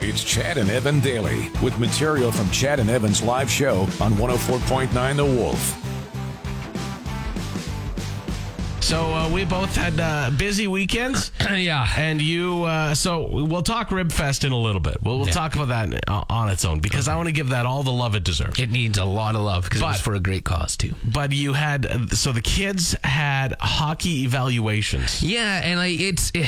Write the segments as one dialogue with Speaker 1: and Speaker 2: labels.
Speaker 1: It's Chad and Evan Daily with material from Chad and Evan's live show on 104.9 The Wolf.
Speaker 2: So uh, we both had uh, busy weekends,
Speaker 3: yeah.
Speaker 2: and you. Uh, so we'll talk Rib Fest in a little bit. We'll, we'll talk about that uh, on its own because I want to give that all the love it deserves.
Speaker 3: It needs a lot of love because it was
Speaker 2: But-
Speaker 3: for a great cause too.
Speaker 2: But you had uh, so the kids had hockey evaluations.
Speaker 3: Yeah, and like it's eh,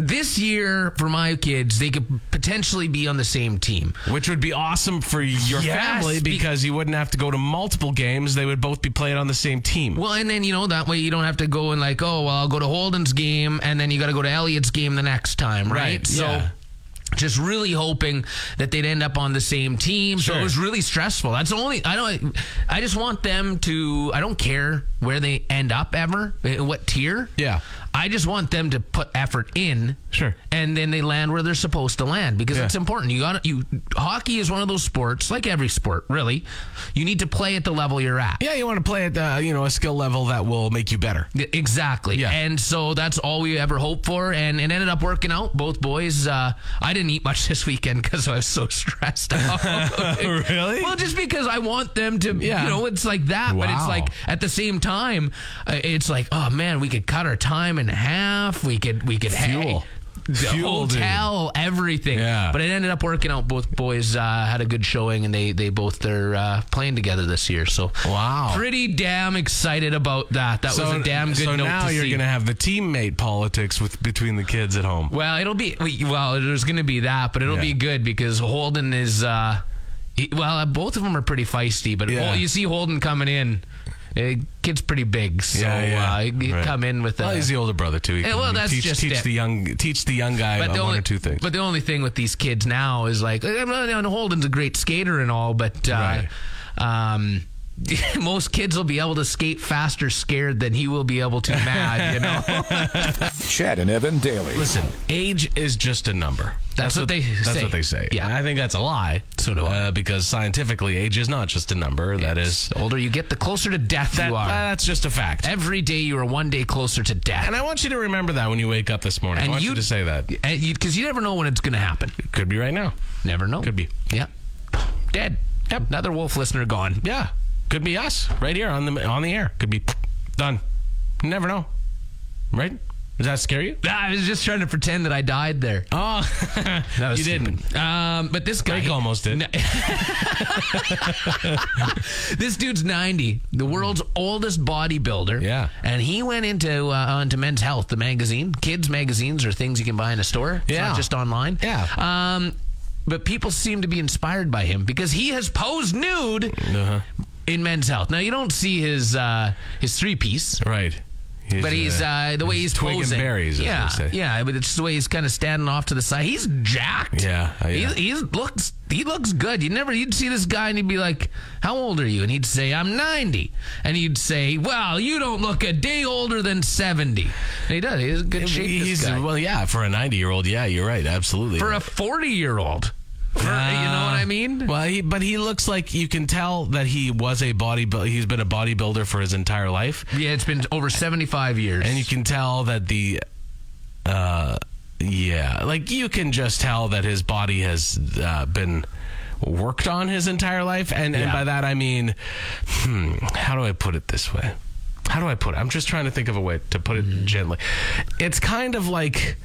Speaker 3: this year for my kids, they could potentially be on the same team.
Speaker 2: Which would be awesome for your
Speaker 3: Yes,
Speaker 2: family
Speaker 3: be-
Speaker 2: because you wouldn't have to go to multiple games. They would both be playing on the same team.
Speaker 3: Well, and then you know that way you don't have to go and like, oh, well, I'll go to Holden's game, and then you got to go to Elliott's game the next time, right?
Speaker 2: Right,
Speaker 3: So.
Speaker 2: yeah.
Speaker 3: Just really hoping that they'd end up on the same team. So
Speaker 2: Sure.
Speaker 3: it was really stressful. That's the only I don't. I just want them to. I don't care where they end up ever, eh, what tier.
Speaker 2: Yeah.
Speaker 3: I just want them to put effort in.
Speaker 2: Sure.
Speaker 3: And then they land where they're supposed to land because
Speaker 2: Yeah.
Speaker 3: it's important. You got to you. Hockey is one of those sports, like every sport, really. You need to play at the level you're at.
Speaker 2: yeah, you want to play at uh, you know a skill level that will make you better.
Speaker 3: Yeah, Exactly.
Speaker 2: Yeah.
Speaker 3: And so that's all we ever hoped for. And it ended up working out. Both boys, uh, I didn't eat much this weekend because I was so stressed out.
Speaker 2: Really?
Speaker 3: Well, just because I want them to,
Speaker 2: Yeah.
Speaker 3: you know, it's like that. But it's
Speaker 2: Wow.
Speaker 3: like at the same time, uh, it's like, oh man, we could cut our time in half. We could, we could
Speaker 2: Fuel.
Speaker 3: Hey, the
Speaker 2: Fuel, dude.
Speaker 3: hotel, everything.
Speaker 2: Yeah.
Speaker 3: But it ended up working out. Both boys uh, had a good showing, and they they both they're uh, playing together this year. So
Speaker 2: Wow.
Speaker 3: pretty damn excited about that. That was a damn good
Speaker 2: so
Speaker 3: note
Speaker 2: now
Speaker 3: to
Speaker 2: you're
Speaker 3: see.
Speaker 2: gonna have the teammate politics with between the kids at home.
Speaker 3: well, it'll be we- well. There's going to be that, but it'll
Speaker 2: Yeah.
Speaker 3: be good because Holden is. Uh, he- well, uh, both of them are pretty feisty, but
Speaker 2: Yeah.
Speaker 3: Hol- you see Holden coming in. eh, kid's pretty big, so
Speaker 2: Yeah, yeah.
Speaker 3: Uh, he- he
Speaker 2: Right.
Speaker 3: come in with a.
Speaker 2: Well, he's the older brother too. He
Speaker 3: Yeah,
Speaker 2: can
Speaker 3: well, that's
Speaker 2: teach,
Speaker 3: just
Speaker 2: teach
Speaker 3: it.
Speaker 2: the young teach the young guy
Speaker 3: but
Speaker 2: uh,
Speaker 3: the
Speaker 2: one
Speaker 3: only,
Speaker 2: or two things.
Speaker 3: But the only thing with these kids now is like, eh, well, you know, Holden's a great skater and all, but uh, um, most kids will be able to skate faster scared than he will be able to mad. You know,
Speaker 1: Chad and Evan Daily.
Speaker 2: Listen, age is just a number.
Speaker 3: That's what they
Speaker 2: that's
Speaker 3: say.
Speaker 2: what they say.
Speaker 3: Yeah.
Speaker 2: And I think that's a lie. So do I. Uh, because scientifically, age is not just a number. That is.
Speaker 3: the older you get, the closer to death
Speaker 2: That,
Speaker 3: you
Speaker 2: uh,
Speaker 3: are.
Speaker 2: that's just a fact.
Speaker 3: Every day you are one day closer to death.
Speaker 2: And I want you to remember that when you wake up this morning.
Speaker 3: And
Speaker 2: I want you,
Speaker 3: you-
Speaker 2: to say that.
Speaker 3: Because you, 'cause you never know when it's going to happen.
Speaker 2: Could be right now.
Speaker 3: Never know.
Speaker 2: Could be.
Speaker 3: Yeah. Dead. Yep. Another wolf listener gone.
Speaker 2: Yeah. Could be us right here on the on the air. Could be done. You never know. Right? Does that scare you?
Speaker 3: I was just trying to pretend that I died there.
Speaker 2: Oh,
Speaker 3: That was
Speaker 2: you didn't.
Speaker 3: stupid. Um, but this guy,
Speaker 2: Drake almost did.
Speaker 3: this dude's 90, the world's oldest bodybuilder.
Speaker 2: Yeah.
Speaker 3: And he went into uh, onto Men's Health, the magazine. Kids magazines are things you can buy in a store. It's
Speaker 2: Yeah.
Speaker 3: not just online.
Speaker 2: Yeah.
Speaker 3: Um, but people seem to be inspired by him because he has posed nude
Speaker 2: Uh-huh.
Speaker 3: in Men's Health. Now you don't see his uh, his three piece.
Speaker 2: Right.
Speaker 3: But he's uh, the way he's
Speaker 2: twig and
Speaker 3: posing.
Speaker 2: berries, as
Speaker 3: yeah,
Speaker 2: they say.
Speaker 3: yeah. But it's the way he's kind of standing off to the side. He's jacked.
Speaker 2: Yeah, uh, yeah.
Speaker 3: He, he's looks. He looks good. You never. You'd see this guy and you'd be like, "How old are you?" And he'd say, "I'm 90." And he'd say, "Well, you don't look a day older than 70." And he does. He's in good shape. this
Speaker 2: He's,
Speaker 3: guy.
Speaker 2: well, yeah, for a 90 year old, yeah, you're right. Absolutely.
Speaker 3: for a 40 year old. For you know what I mean?
Speaker 2: Well, he, but he looks like you can tell that he was a bodybuilder. He's been a bodybuilder for his entire life.
Speaker 3: yeah, it's been over 75 years.
Speaker 2: And you can tell that the, uh, yeah, like you can just tell that his body has uh, been worked on his entire life. And, and
Speaker 3: Yeah.
Speaker 2: by that, I mean, hmm, how do I put it this way? How do I put it? I'm just trying to think of a way to put it gently. It's kind of like.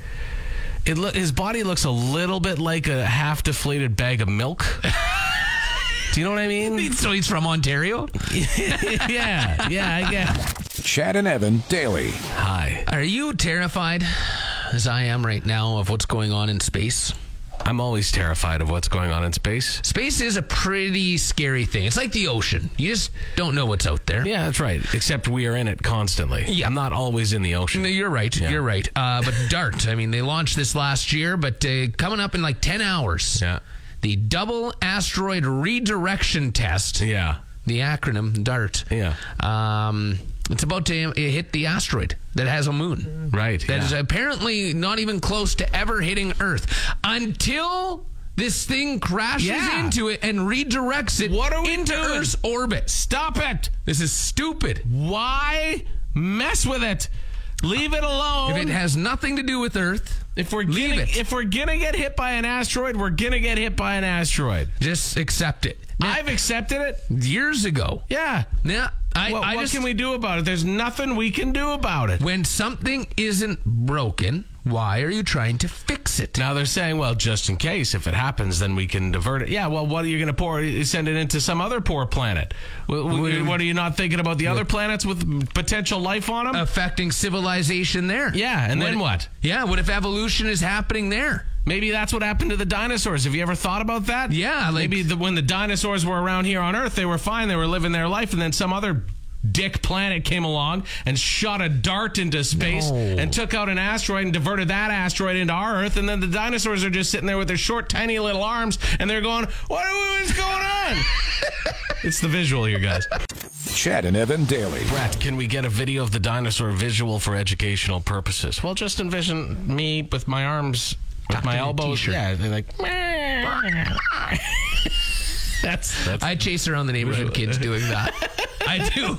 Speaker 2: It lo- his body looks a little bit like a half deflated bag of milk. Do you know what I mean?
Speaker 3: so he's from Ontario.
Speaker 2: yeah, yeah, I guess.
Speaker 1: Chad and Evan Daily.
Speaker 2: Hi.
Speaker 3: Are you terrified, as I am right now, of what's going on in space?
Speaker 2: I'm always terrified of what's going on in space.
Speaker 3: Space is a pretty scary thing. It's like the ocean. You just don't know what's out there.
Speaker 2: Yeah, that's right. Except we are in it constantly.
Speaker 3: Yeah.
Speaker 2: I'm not always in the ocean.
Speaker 3: No, You're right. You're right. Uh, but DART, I mean, they launched this last year, but uh, coming up in like 10 hours,
Speaker 2: Yeah.
Speaker 3: the Double Asteroid Redirection Test,
Speaker 2: Yeah.
Speaker 3: the acronym DART,
Speaker 2: Yeah.
Speaker 3: um, it's about to uh, hit the asteroid that has a moon.
Speaker 2: Right.
Speaker 3: That
Speaker 2: yeah.
Speaker 3: is apparently not even close to ever hitting Earth until this thing crashes
Speaker 2: Yeah.
Speaker 3: into it and redirects it
Speaker 2: What are we
Speaker 3: into
Speaker 2: doing?
Speaker 3: Earth's orbit.
Speaker 2: Stop it.
Speaker 3: This is stupid.
Speaker 2: Why mess with it? Leave it alone.
Speaker 3: If it has nothing to do with Earth,
Speaker 2: If we're
Speaker 3: Leave
Speaker 2: gonna,
Speaker 3: it.
Speaker 2: if we're gonna get hit by an asteroid, we're gonna get hit by an asteroid.
Speaker 3: just accept it. Now,
Speaker 2: I've accepted it.
Speaker 3: years ago.
Speaker 2: Yeah.
Speaker 3: Yeah, I,
Speaker 2: what
Speaker 3: I
Speaker 2: what
Speaker 3: just
Speaker 2: can we do about it? There's nothing we can do about it.
Speaker 3: when something isn't broken, why are you trying to fix it?
Speaker 2: Now they're saying, well, just in case if it happens, then we can divert it. Yeah. Well, what are you going to pour? Send it into some other poor planet? Wh- wh- What are you not thinking about the other planets with potential life on them?
Speaker 3: Affecting civilization there.
Speaker 2: yeah. And then what?
Speaker 3: Yeah, what if evolution is happening there?
Speaker 2: Maybe that's what happened to the dinosaurs. Have you ever thought about that?
Speaker 3: Yeah, like-
Speaker 2: maybe the, when the dinosaurs were around here on Earth, they were fine. They were living their life, and then some other dick planet came along and shot a dart into space
Speaker 3: No.
Speaker 2: and took out an asteroid and diverted that asteroid into our Earth. And then the dinosaurs are just sitting there with their short, tiny little arms, and they're going, "What is going on?" it's the visual here, guys.
Speaker 1: Chad and Evan daily.
Speaker 2: Brett, can we get a video of the dinosaur visual for educational purposes? Well, just envision me with my arms, with my
Speaker 3: in a
Speaker 2: elbows.
Speaker 3: t-shirt.
Speaker 2: Yeah, they're like. "Meow." that's that's.
Speaker 3: I chase around the neighborhood kids doing that. I do.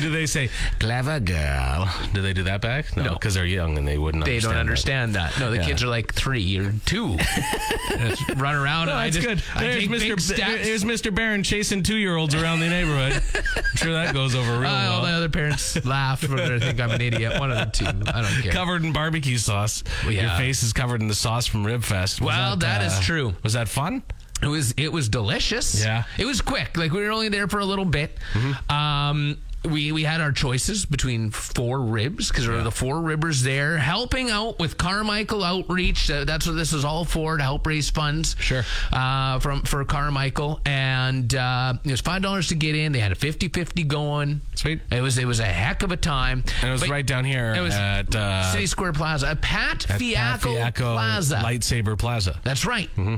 Speaker 2: do they say clever girl? Do they do that back? No, because they're young and they wouldn't.
Speaker 3: They
Speaker 2: understand
Speaker 3: don't
Speaker 2: that.
Speaker 3: understand that. No, the
Speaker 2: Yeah.
Speaker 3: kids are like three or two. Just run around.
Speaker 2: No,
Speaker 3: and I
Speaker 2: that's
Speaker 3: just,
Speaker 2: good.
Speaker 3: I
Speaker 2: There's
Speaker 3: take big
Speaker 2: Mr. Ba-
Speaker 3: steps.
Speaker 2: there's Mr. Barron chasing two-year-olds around the neighborhood. I'm sure that goes over real
Speaker 3: Uh, all
Speaker 2: well.
Speaker 3: the other parents laugh or they think I'm an idiot. One of the two. I don't care.
Speaker 2: covered in barbecue sauce.
Speaker 3: Well, yeah.
Speaker 2: Your face is covered in the sauce from Rib Fest. Was
Speaker 3: Well, that is true.
Speaker 2: Was that fun?
Speaker 3: It was it was delicious.
Speaker 2: Yeah. Mm-hmm.
Speaker 3: it was quick. Like we were only there for a little bit. Um, we we had our choices between four ribs because there were the four ribbers there helping out with Carmichael Outreach. Uh, that's what this is all for to help raise funds.
Speaker 2: Sure.
Speaker 3: Uh, from for Carmichael, and uh, it was five dollars to get in. They had a 50-50 going.
Speaker 2: Sweet.
Speaker 3: It was it was a heck of a time.
Speaker 2: And it was
Speaker 3: But
Speaker 2: right down here
Speaker 3: It was
Speaker 2: at uh,
Speaker 3: City Square Plaza, Pat,
Speaker 2: at
Speaker 3: Fiaco,
Speaker 2: Fiaco
Speaker 3: Plaza.
Speaker 2: Lightsaber Plaza.
Speaker 3: That's right.
Speaker 2: Mm-hmm.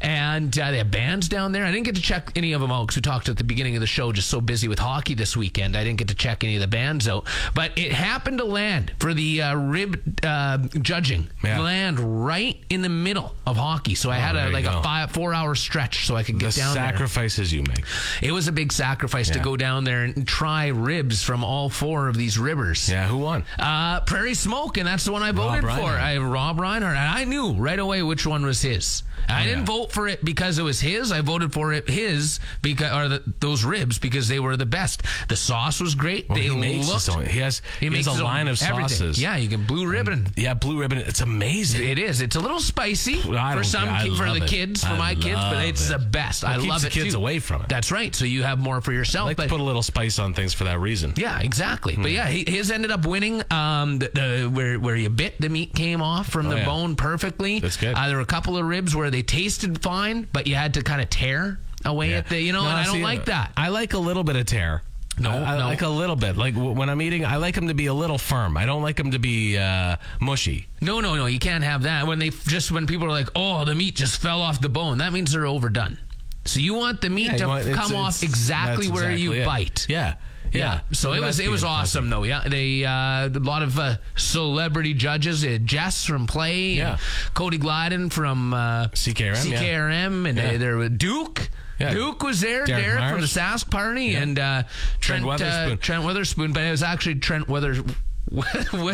Speaker 3: And uh, they have bands down there. I didn't get to check any of them out because we talked at the beginning of the show, just so busy with hockey this weekend. I didn't get to check any of the bands out. But it happened to land for the uh, rib uh, judging,
Speaker 2: Yeah. Oh,
Speaker 3: land right in the middle of hockey. So I had
Speaker 2: there
Speaker 3: a,
Speaker 2: you
Speaker 3: like
Speaker 2: go.
Speaker 3: a five, four hour stretch so I could
Speaker 2: The
Speaker 3: get down there.
Speaker 2: sacrifices you make.
Speaker 3: It was a big sacrifice to
Speaker 2: Yeah.
Speaker 3: go down there and try ribs from all four of these ribbers.
Speaker 2: Yeah, who won?
Speaker 3: Uh, Prairie Smoke, and that's the one I voted for.
Speaker 2: Reinhardt.
Speaker 3: I Rob Reinhardt, and I knew right away which one was his. I didn't vote for it because it was his. I voted for it his because or the, those ribs because they were the best. The sauce was great.
Speaker 2: Well,
Speaker 3: they
Speaker 2: he makes
Speaker 3: looked.
Speaker 2: his own. He has, he
Speaker 3: makes
Speaker 2: has
Speaker 3: his
Speaker 2: a
Speaker 3: own
Speaker 2: line of
Speaker 3: everything.
Speaker 2: sauces.
Speaker 3: Yeah, you can blue ribbon.
Speaker 2: yeah, blue ribbon. It's amazing.
Speaker 3: It is. It's a little spicy
Speaker 2: I
Speaker 3: for
Speaker 2: don't-
Speaker 3: some
Speaker 2: I
Speaker 3: ki- for
Speaker 2: love
Speaker 3: the
Speaker 2: it.
Speaker 3: kids, for
Speaker 2: I
Speaker 3: my kids, but
Speaker 2: love
Speaker 3: it's
Speaker 2: it.
Speaker 3: the best. I
Speaker 2: keeps
Speaker 3: love
Speaker 2: the
Speaker 3: it.
Speaker 2: kids
Speaker 3: too.
Speaker 2: away from it.
Speaker 3: That's right. So you have more for yourself.
Speaker 2: I like
Speaker 3: but
Speaker 2: to put a little spice on things for that reason.
Speaker 3: Yeah, exactly.
Speaker 2: Hmm.
Speaker 3: But yeah, he, his ended up winning. Um, the, the where where you bit the meat came off from the
Speaker 2: Oh, yeah.
Speaker 3: bone perfectly.
Speaker 2: That's good.
Speaker 3: Uh, there were a couple of ribs where they tasted fine, but you had to kind of tear away
Speaker 2: Yeah.
Speaker 3: at the you know,
Speaker 2: No,
Speaker 3: and I don't
Speaker 2: see,
Speaker 3: like that.
Speaker 2: I like a little bit of tear.
Speaker 3: No,
Speaker 2: I, I
Speaker 3: no.
Speaker 2: like a little bit. Like w- when I'm eating, I like them to be a little firm. I don't like them to be uh, mushy.
Speaker 3: No, no, no, you can't have that. When they just when people are like, oh, the meat just fell off the bone, that means they're overdone. So you want the meat
Speaker 2: Yeah,
Speaker 3: to
Speaker 2: you want- it's-
Speaker 3: come off
Speaker 2: it's-
Speaker 3: exactly
Speaker 2: that's
Speaker 3: where you
Speaker 2: exactly it.
Speaker 3: bite.
Speaker 2: Yeah. Yeah.
Speaker 3: So it was it was awesome though. Yeah, they uh, a lot of uh, celebrity judges. Uh, Jess from Play.
Speaker 2: Yeah.
Speaker 3: And Cody Glyden from uh,
Speaker 2: CKRM, yeah.
Speaker 3: CKRM, and
Speaker 2: Yeah.
Speaker 3: they, there was Duke.
Speaker 2: Yeah.
Speaker 3: Duke was there.
Speaker 2: Derek
Speaker 3: Derek, from the
Speaker 2: Myers.
Speaker 3: Sask Party and uh, Trent
Speaker 2: Trent
Speaker 3: Weatherspoon. Uh,
Speaker 2: Weatherspoon.
Speaker 3: Trent Weatherspoon, but it was actually Trent Weathers with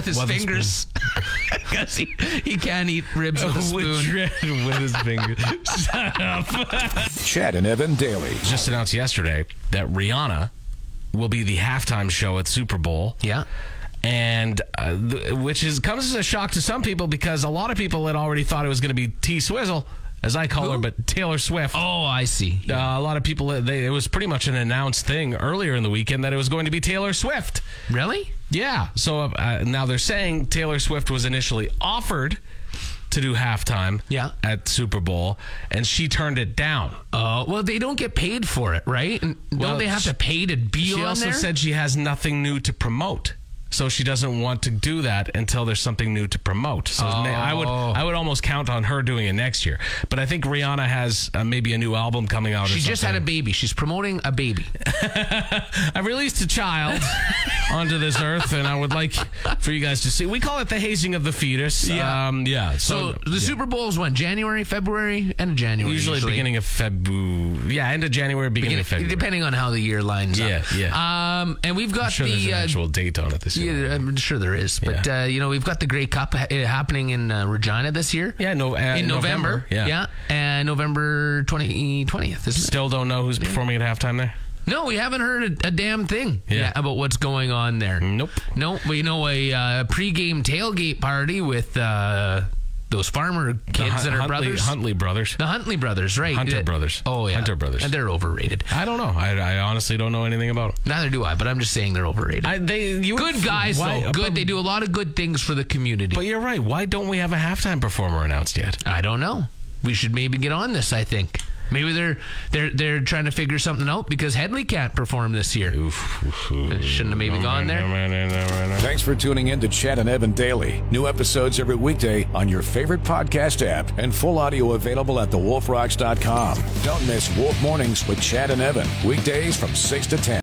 Speaker 3: his
Speaker 2: Weatherspoon.
Speaker 3: fingers because he, he can't eat ribs with a spoon.
Speaker 2: with his finger.
Speaker 1: Chad and Evan daily.
Speaker 2: Just announced yesterday that Rihanna will be the halftime show at Super Bowl.
Speaker 3: yeah.
Speaker 2: And uh, th- which is comes as a shock to some people because a lot of people had already thought it was going to be T Swizzle, as I call her, but Taylor Swift.
Speaker 3: Oh, I see.
Speaker 2: Uh, a lot of people, uh, they, it was pretty much an announced thing earlier in the weekend that it was going to be Taylor Swift.
Speaker 3: Really?
Speaker 2: Yeah. So uh, uh, now they're saying Taylor Swift was initially offered to do halftime
Speaker 3: Yeah.
Speaker 2: at Super Bowl, and she turned it down.
Speaker 3: Oh, well, they don't get paid for it, right? And
Speaker 2: Well,
Speaker 3: don't they have
Speaker 2: she-
Speaker 3: to pay to be
Speaker 2: She
Speaker 3: on
Speaker 2: also
Speaker 3: there?
Speaker 2: said she has nothing new to promote. So she doesn't want to do that until there's something new to promote. So na- I would
Speaker 3: Oh.
Speaker 2: I would almost count on her doing it next year. But I think Rihanna has uh, maybe a new album coming out. or
Speaker 3: she just
Speaker 2: something.
Speaker 3: had a baby. She's promoting a baby.
Speaker 2: I released a child onto this earth, and I would like for you guys to see. We call it the hazing of the fetus.
Speaker 3: Yeah.
Speaker 2: um, yeah.
Speaker 3: So
Speaker 2: So,
Speaker 3: the Super Bowl's when January, February, and January.
Speaker 2: usually,
Speaker 3: Usually,
Speaker 2: beginning of February. Yeah, end of January, beginning, of February.
Speaker 3: depending on how the year lines
Speaker 2: Yeah,
Speaker 3: up.
Speaker 2: yeah.
Speaker 3: Um, and we've got
Speaker 2: I'm sure there's
Speaker 3: the
Speaker 2: an
Speaker 3: uh,
Speaker 2: actual date on it this
Speaker 3: Yeah, I'm sure there is. But uh, you know, we've got the Grey Cup ha- uh, happening in uh, Regina this year.
Speaker 2: Yeah, no, uh,
Speaker 3: in November.
Speaker 2: Yeah.
Speaker 3: and November 20, 20th. Isn't it?
Speaker 2: Still don't know who's performing at halftime there.
Speaker 3: No, we haven't heard a, a damn thing
Speaker 2: Yeah.
Speaker 3: yet about what's going on there.
Speaker 2: Nope.
Speaker 3: No, but you know, a uh, pregame tailgate party with uh, those farmer kids
Speaker 2: Hun-
Speaker 3: that are
Speaker 2: Huntley,
Speaker 3: brothers.
Speaker 2: Huntley brothers.
Speaker 3: the Huntley brothers, right?
Speaker 2: Hunter
Speaker 3: Uh,
Speaker 2: brothers.
Speaker 3: Oh, yeah.
Speaker 2: Hunter brothers.
Speaker 3: And they're overrated.
Speaker 2: I don't know. I, I honestly don't know anything about them.
Speaker 3: Neither do I, but I'm just saying they're overrated.
Speaker 2: I, they you would-
Speaker 3: good guys,
Speaker 2: why-
Speaker 3: though. Good.
Speaker 2: But,
Speaker 3: They do a lot of good things for the community.
Speaker 2: but you're right. Why don't we have a halftime performer announced yet?
Speaker 3: I don't know. We should maybe get on this. I think maybe they're they're they're trying to figure something out because Headley can't perform this year. Shouldn't have maybe gone there.
Speaker 1: Thanks for tuning in to Chad and Evan Daily. New episodes every weekday on your favorite podcast app and full audio available at thewolfrocks.com. Don't miss Wolf Mornings with Chad and Evan. Weekdays from 6 to 10.